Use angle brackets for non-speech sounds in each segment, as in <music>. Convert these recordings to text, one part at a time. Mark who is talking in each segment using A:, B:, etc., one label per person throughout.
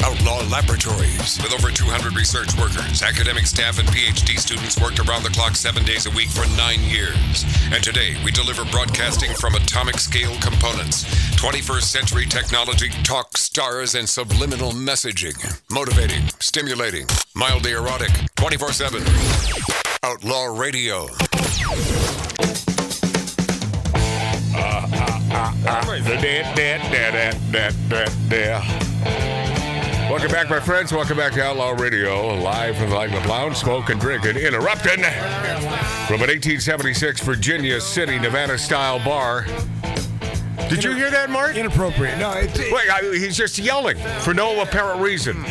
A: Hall Laboratories. With over 200 research workers, academic staff, and PhD students worked around the clock seven days a week for nine years. And today, we deliver broadcasting from atomic scale components, 21st century technology, talk stars, and subliminal messaging. Motivating, stimulating, mildly erotic, 24 7. Outlaw Radio.
B: ah. Welcome back, my friends. Welcome back to Outlaw Radio, live from the Lagman Lounge, smoking, drinking, interrupting from an 1876 Virginia City, Nevada style bar. Did you hear that, Mark?
C: Inappropriate. No, it's. It,
B: Wait, I, he's just yelling for no apparent reason.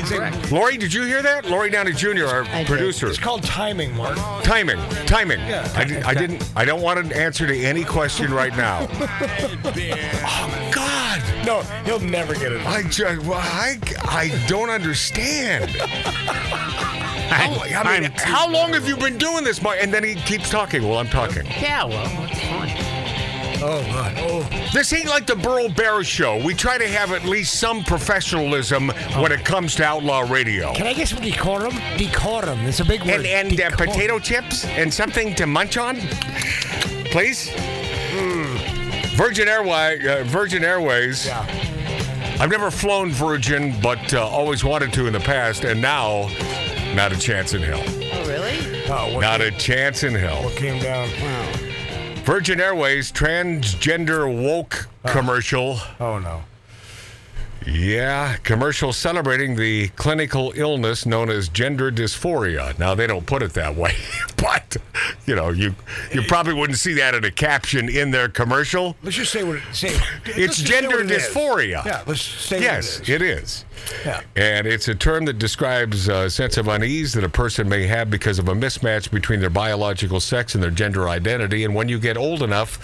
B: Lori, did you hear that? Lori Downey Jr., our
D: did.
B: producer.
C: it's called timing, Mark.
B: Timing, timing.
C: Yeah.
B: I, di- I didn't. I don't want an answer to any question right now. oh God!
C: No, he'll never get it.
B: I just, well, I, I don't
C: <laughs>
B: understand. How, I mean,
D: I'm too-
B: how long have you been doing this, Mark? And then he keeps talking while I'm talking.
D: Yeah, well, it's fine.
C: Oh, God. Oh,
B: This ain't like the Burl Bear Show. We try to have at least some professionalism when it comes to outlaw radio.
C: can I get some decorum? Decorum. It's a big word.
B: And and uh,
C: Decorum.
B: potato chips and something to munch on, please. Virgin Airway, uh, Virgin Airways.
C: Hmm. Yeah.
B: I've never flown Virgin, but uh, always wanted to in the past, and now, not a chance in hell.
D: Oh, really?
C: Oh, what,
B: Not a chance in hell.
C: what came down?
B: Virgin Airways transgender woke commercial.
C: Oh no.
B: Yeah, commercial celebrating the clinical illness known as gender dysphoria. Now they don't put it that way, <laughs> but you know, you you probably wouldn't see that in a caption in their commercial.
C: Let's just say what it say.
B: <laughs> It's
C: let's just
B: gender
C: say what it is.
B: dysphoria.
C: Yeah. Let's say what
B: Yes,
C: it is.
B: it is.
C: Yeah.
B: And it's a term that describes a sense of unease that a person may have because of a mismatch between their biological sex and their gender identity. And when you get old enough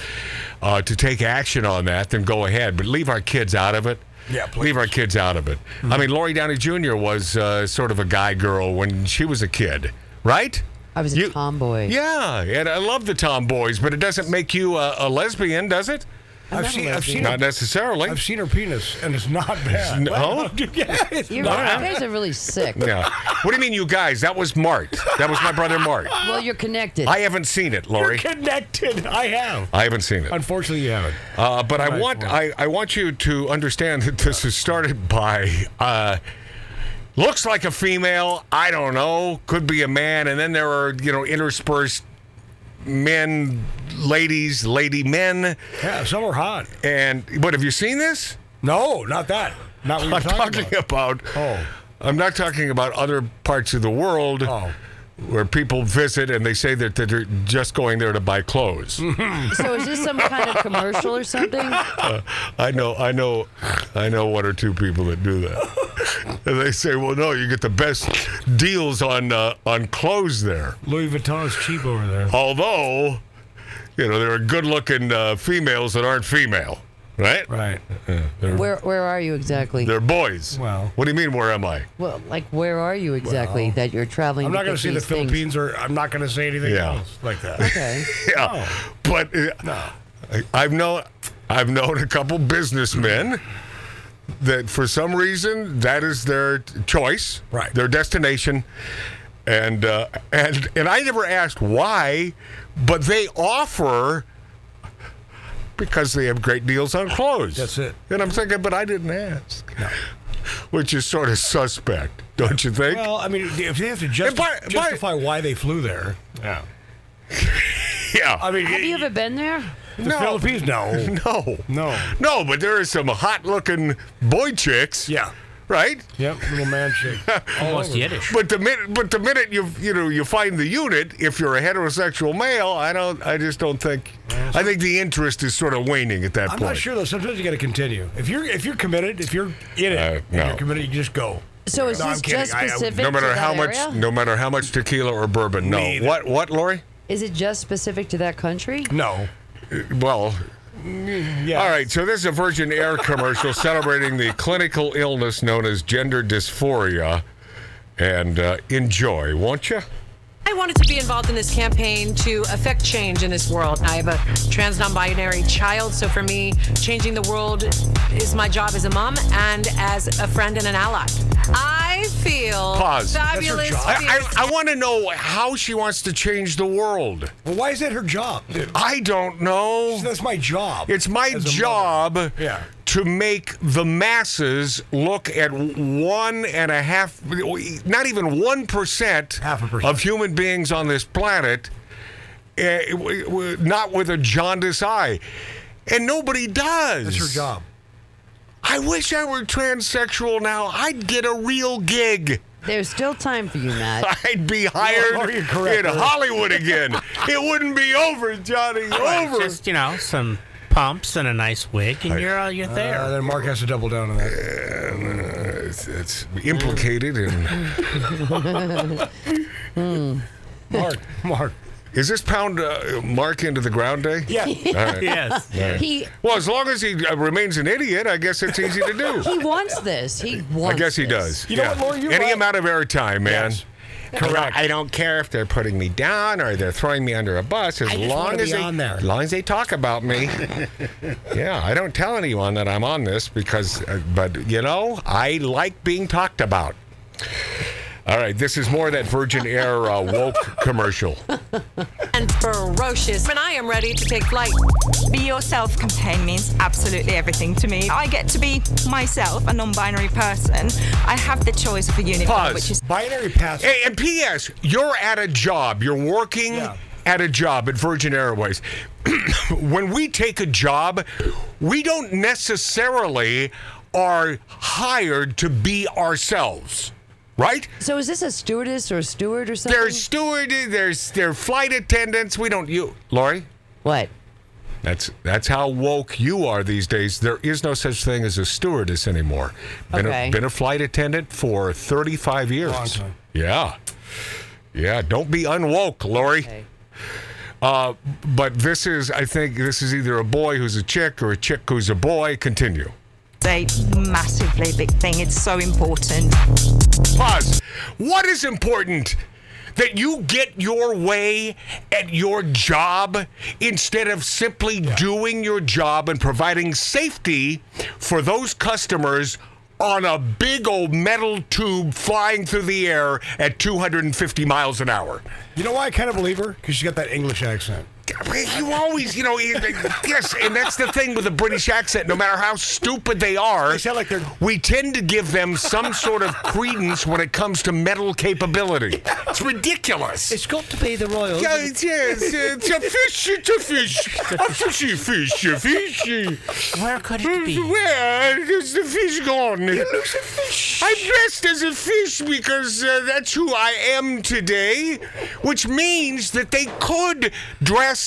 B: uh, to take action on that, then go ahead. But leave our kids out of it.
C: Yeah, please.
B: Leave our kids out of it. I mean, Lori Downey Jr. was uh, sort of a guy girl when she was a kid, right?
D: I was a
B: You-
D: tomboy.
B: Yeah, and I love the tomboys, but it doesn't make you a, a lesbian, does it?
D: I'm
C: I've
D: not a
C: seen. I've
D: lesbian.
C: seen.
B: Not
C: Her,
B: necessarily.
C: I've seen her penis, and it's not bad. <laughs>
B: No?
C: yeah, it's
D: You're
C: not.
D: right. You guys are really sick.
B: Yeah. What do you mean, you guys? That was Mart. That was my brother Mart.
D: Well, you're connected.
B: I haven't seen it, Lori.
C: Connected. I have.
B: I haven't seen it.
C: Unfortunately, you haven't.
B: Uh, but I want I, I want you to understand that this is started by uh, looks like a female. I don't know. Could be a man, and then there are you know interspersed men, ladies, lady men,
C: Yeah, some are hot.
B: and what have you seen this?
C: No, not that. Not what you're
B: I'm
C: talking,
B: talking about.
C: Oh.
B: I'm not talking about other parts of the world.
C: about.
B: where people visit and they say that that they're just going there to buy clothes.
D: so is this some kind of commercial
B: <laughs>
D: or something?
B: Uh, I know, I know, I know one or two people that do that. and they say, "Well, no, you get the best deals on uh, on clothes there."
C: Oh, Louis Vuitton is cheap over there.
B: Oh. Although, you know, there are good-looking uh, females that aren't female, right?
C: Right.
D: Where Where are you exactly?
B: They're boys.
C: Well.
B: what do you mean? Where am I? <laughs>
D: well, like where are you exactly that you're traveling?
C: I'm
D: to
C: not going
D: get
C: to say the
D: these things?
C: Philippines, or I'm not going to say anything
B: Yeah.
C: else like that.
D: Okay.
B: Yeah, but uh, I, I've known I've known a couple businessmen that for some reason that is their t- choice,
C: Right.
B: Their destination, and uh, and and I never asked why, but they offer because they have great deals on clothes.
C: That's it.
B: And I'm thinking, but I didn't ask, which is sort of suspect, don't you think?
C: well, I mean, if they have to justi-
B: And by- by-
C: justify why they flew there, yeah.
B: <laughs> yeah,
C: I mean,
D: Have you ever been there?
C: the
B: No.
C: Philippines, no,
B: <laughs> no,
C: no,
B: no, but there is some hot-looking boy chicks.
C: yeah,
B: Right?
C: yep, little man
B: <laughs>
C: shake.
E: Almost Yiddish.
B: But the minute, but the minute you you know you find the unit, if you're a heterosexual male, I don't, I just don't think, I think the interest is sort of waning at that
C: I'm
B: point.
C: not sure though. Sometimes you got to continue. If you're if you're committed, if you're in it,
B: Uh,
C: if
B: no.
C: you're committed, you just go.
D: So is
C: No,
D: this
C: I'm kidding.
D: just
C: I- I- no
D: specific
B: No
D: to
B: matter
D: that
B: how much,
D: area?
B: no matter how much tequila or bourbon, no.
C: Me either.
B: What, what, Lori?
D: Is it just specific to that country?
C: No,
B: Well,
C: yeah,
B: all right. So this is a Virgin Air
C: <laughs>
B: commercial celebrating the clinical illness known as gender dysphoria, and uh, enjoy, won't you?
F: I wanted to be involved in this campaign to affect change in this world. I have a trans non binary child, so for me, changing the world is my job as a mom and as a friend and an ally. I I feel
B: Pause. That's her
F: fabulous.
C: job.
B: I,
F: fierce-
B: I, I want to know how she wants to change the world.
C: Well, why is that her job? Dude,
B: I don't know.
C: That's my job.
B: It's my
C: as a mother.
B: job
C: Yeah.
B: to make the masses look at one and a half, not even one percent,
C: Half a percent.
B: of human beings on this planet, eh, w- w- not with a jaundiced eye, and nobody does.
C: That's her job.
B: I wish I were transsexual now. I'd get a real gig. <laughs>
D: There's still time for you, Matt.
B: I'd be hired
C: are you correct,
B: in
C: Eric?
B: Hollywood
C: <laughs>
B: again. it wouldn't be over, Johnny. Over.
E: Just you know, some pumps and a nice wig, and you're uh, you're there.
C: Uh, then Mark has to double down on that.
B: it's, it's implicated in.
C: Mark, Mark.
B: Is this pound uh, mark into the ground day? <laughs>
C: Yeah.
B: All right.
E: yes.
D: He
B: Well, as long as he uh, remains an idiot, I guess it's easy to
D: he
B: do.
D: wants this. He
B: I
D: wants.
B: guess <laughs> he
D: this.
B: does.
C: You know what, Lori, you're
B: Any
C: right.
B: amount of airtime, man.
C: Yes.
B: Correct. I don't care if they're putting me down or they're throwing me under a bus. As
E: I just
B: long
E: wanna
B: as
E: be
B: they,
E: on there.
B: as long as they talk about me. <laughs> yeah, I don't tell anyone that I'm on this because, uh, but you know, I like being talked about. All right, this is more that Virgin Air uh, woke commercial.
F: and ferocious. And I am ready to take flight.
G: Be yourself campaign means absolutely everything to me. I get to be myself, a non binary person. I have the choice of a unicorn,
B: Pause.
G: which is
C: Binary pass.
B: Hey, and P.S., you're at a job. You're working
C: Yeah.
B: at a job at Virgin Airways. <clears throat> when we take a job, we don't necessarily are hired to be ourselves, right?
D: So is this a stewardess or a steward or something?
B: There's steward, there's their flight attendants. We don't you, Lori.
D: what?
B: That's that's how woke you are these days. There is no such thing as a stewardess anymore. Been,
D: Okay.
B: a, been a flight attendant for 35 years.
C: Long time.
B: Yeah. Yeah, don't be unwoke, Lori.
D: Okay.
B: Uh, but this is, I think, this is either a boy who's a chick or a chick who's a boy. Continue.
G: a massively big thing. It's so important.
B: Pause. What is important? That you get your way at your job instead of simply doing your job and providing safety for those customers on a big old metal tube flying through the air at 250 miles an hour.
C: You know why I kind of believe her? Because she got that English accent.
B: You always, you know, yes, and that's the thing with a British accent. No matter how stupid they are,
C: They sound like they're-
B: we tend to give them some sort of credence when it comes to metal capability. It's ridiculous.
E: It's got to be the royal.
B: yeah, it's, yes, it's a fish, it's a fish, a fishy fish, a fishy.
E: Where could it
B: <laughs>
E: be?
B: Where is uh, the fish gone? I'm dressed as a fish because uh, that's who I am today, which means that they could dress,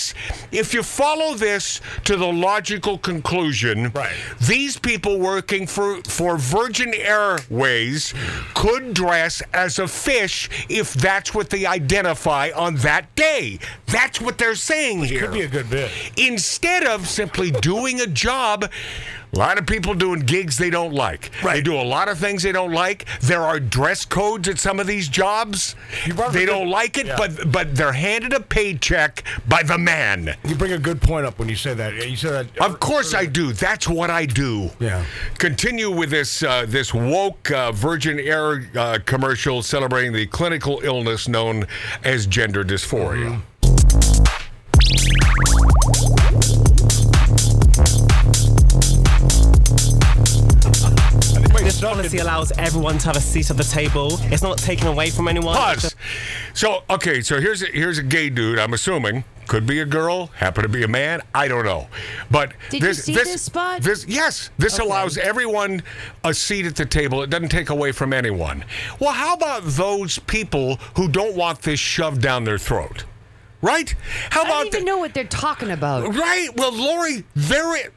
B: if you follow this to the logical conclusion,
C: Right.
B: these people working for, for Virgin Airways could dress as a fish if that's what they identify on that day. That's what they're saying here
C: Could be a good bit.
B: instead of simply doing a job. A lot of people doing gigs they don't like. They
C: Right.
B: do a lot of things they don't like. There are dress codes at some of these jobs.
C: You brought up
B: They
C: a good-
B: don't like it,
C: Yeah.
B: but but they're handed a paycheck by the man.
C: You bring a good point up when you say that. You said that.
B: Of course I do. That's what I do.
C: Yeah.
B: Continue with this uh, this woke uh, Virgin Air uh, commercial celebrating the clinical illness known as gender dysphoria.
H: This policy allows everyone to have a seat at the table. It's not taken away from anyone.
B: Pause. So okay, so here's a, here's a gay dude. I'm assuming could be a girl, happen to be a man. I don't know, but
D: Did you
B: this
D: see
B: this,
D: this spot?
B: This yes, this allows everyone a seat at the table. It doesn't take away from anyone. Well, how about those people who don't want this shoved down their throat? Right? How
D: I
B: about
D: don't even
B: the-
D: know what they're talking about
B: Right. Well, Lori, there it.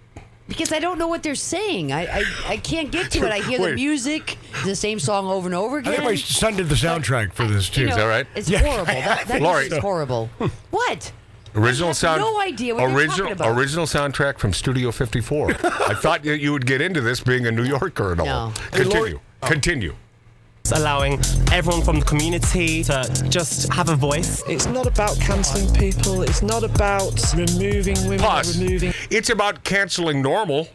D: because I don't know what they're saying. I I, I can't get to it. I hear
B: Wait.
D: the music, the same song over and over
C: I
D: again.
C: think my son did the soundtrack for this, too.
D: You know,
B: is that right?
D: It's
C: Yeah.
D: horrible. That, that
B: Lori.
D: music is
B: <laughs>
D: horrible. what? I
B: Original
D: have
B: sound.
D: no idea what they're
B: original
D: talking about.
B: original soundtrack from Studio 54.
D: <laughs>
B: I thought that you would get into this being a New Yorker and all.
D: No.
B: Continue.
C: Lori-
B: Continue.
H: It's allowing everyone from the community to just have a voice.
I: It's not about cancelling people. It's not about removing women. or
B: Pause.
I: Removing.
B: It's about canceling normal.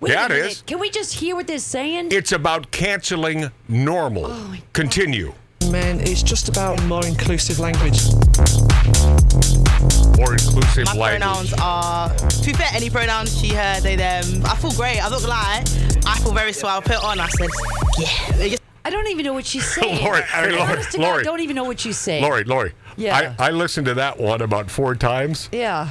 D: Wait
B: Yeah,
D: a
B: it
D: minute.
B: is.
D: Can we just hear what they're saying?
B: It's about canceling normal.
D: Oh my God.
B: Continue.
I: Man, it's just about more inclusive language.
B: More inclusive
J: My
B: language.
J: pronouns are, to be fair, any pronouns, she, her, they, them. I feel great. I'm not gonna lie. I feel very swell. I put it on. I said, yeah. It just-
D: I don't even know
B: <laughs>
D: what she's saying.
B: Lori, I mean, Lori,
D: Honest to God,
B: Lori.
D: I don't even know what she's saying.
B: Lori, Lori.
D: Yeah.
B: I, I listened to that one about four times.
D: Yeah.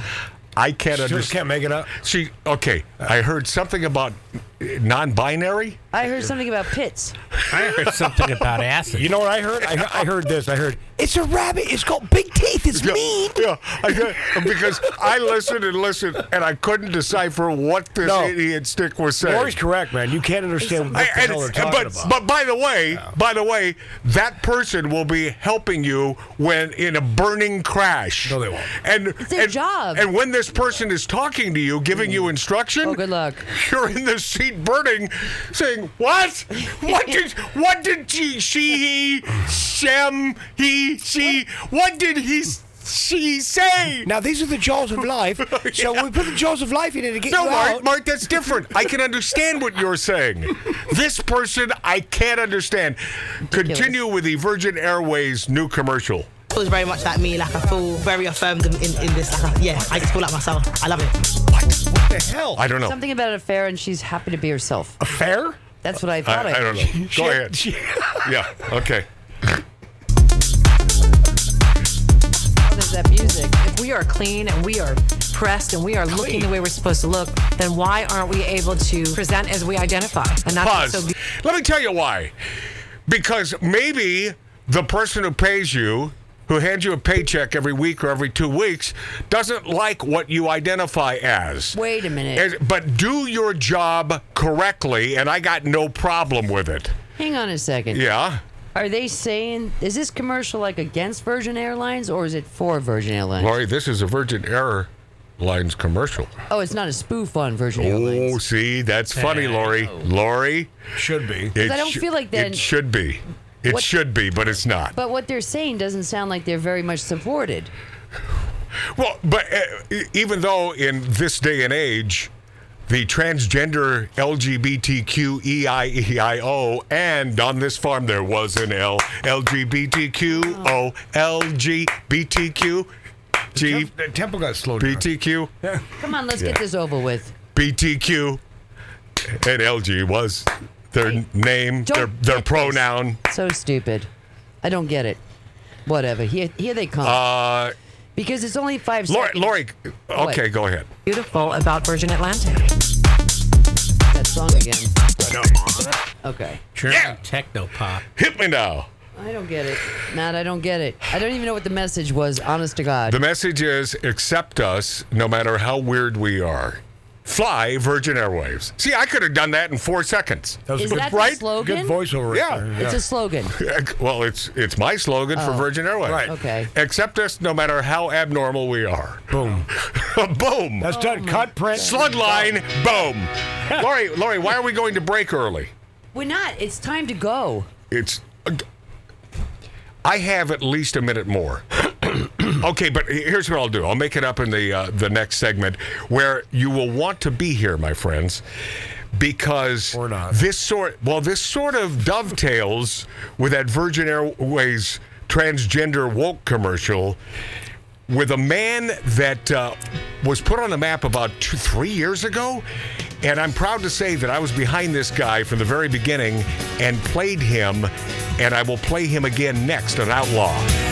B: I can't
C: Just
B: understand.
C: can't make it up.
B: She okay. I heard something about uh, non-binary.
D: I heard something about pits.
E: I heard something about acid.
C: You know what I heard? I, he- I heard this. I heard
E: it's a rabbit. It's got big teeth. It's
B: Yeah, I got- because I listened and listened and I couldn't decipher what this
C: No.
B: idiot stick was saying.
C: Lori's correct, man. You can't understand what
B: I-
C: the
B: and-
C: hell they're talking
B: but,
C: about.
B: but by the way, by the way, that person will be helping you when in a burning crash.
C: No, they won't.
B: And
D: their
B: and-
D: job.
B: And when this person is talking to you, giving
C: Mm.
B: you instruction,
D: Oh, good luck.
B: You're in the seat burning, saying, "What? What did? What did she? She? He? Shem? He? She? What did he? She say?"
K: Now these are the jaws of
C: <laughs>
K: life. So we put the jaws of life in it to get
B: No,
K: you
B: Mark,
K: out.
B: Mark, that's different. I can understand what you're saying. This person, I can't understand. Continue with the Virgin Airways new commercial.
J: It was very much like me. Like I feel very affirmed in, in, in this. Like, I- yeah, I just feel like myself. I love it.
B: I don't know.
D: Something about an affair, and she's happy to be herself.
C: fair?
D: That's what I
B: I,
D: thought.
B: I don't know.
C: <laughs>
B: Go ahead. Yeah. Okay.
F: There's that music. If we are clean and we are pressed and we are looking the way we're supposed to look, then why aren't we able to present as we identify? And <laughs> that's what's so
B: Pause.
F: beautiful.
B: Let me tell you why. Because maybe the person who pays you, who hands you a paycheck every week or every two weeks, doesn't like what you identify as.
D: Wait a minute.
B: As- but do your job correctly, and I got no problem with it.
D: Hang on a second.
B: Yeah.
D: Are they saying is this commercial like against Virgin Airlines or is it for Virgin Airlines?
B: Lori, this is a Virgin Airlines commercial.
D: Oh, it's not a spoof on Virgin
B: Oh,
D: Airlines.
B: see, that's funny, Lori. Lori,
C: Should be.
B: it
D: I don't feel like then-
B: It should be. It
D: What-
B: should be, but it's not.
D: But what they're saying doesn't sound like they're very much supported.
B: Well, but uh, e- even though in this day and age, the transgender E LGBTQEIEIO, and on this farm there was an L, LGBTQ, O, LGBTQ, G,
C: Temp- temple got slowed down.
B: BTQ,
D: Come on, let's get this over with.
B: BTQ, and LG was their name, their,
D: don't
B: their
D: get this.
B: pronoun.
D: So stupid. I don't get it. Whatever. Here, here they come.
B: Uh,
D: because it's only five
B: Lori,
D: seconds.
B: Lori, okay,
D: What?
B: go ahead.
F: beautiful about Virgin Atlantic.
D: That song again. Okay.
E: German
B: Yeah.
E: techno pop.
B: Hit me now.
D: I don't get it. Matt, I don't get it. I don't even know what the message was, honest to God.
B: The message is accept us no matter how weird we are. Fly Virgin Airwaves. See, I could have done that in four seconds.
C: That was
D: is
C: good.
D: that
B: right?
D: the slogan?
C: Good voiceover. right
B: Yeah.
C: there.
D: It's a slogan.
B: Well, it's it's my slogan for Virgin Airwaves.
C: Right.
D: Oh. Okay.
B: Accept us no matter how abnormal we are. <laughs>
C: Boom.
B: boom.
C: That's
D: Oh,
C: done. Cut, print.
B: Slug line. Boom. Lori, Lori, why are we going to break early?
D: We're not. It's time to go.
B: It's. I have at least a minute more. <clears throat> okay, but here's what I'll do. I'll make it up in the uh, the next segment where you will want to be here, my friends, because
C: Or not.
B: this sort well this sort of dovetails with that Virgin Airways transgender woke commercial with a man that uh, was put on the map about two, three years ago. And I'm proud to say that I was behind this guy from the very beginning and played him, and I will play him again next on Outlaw.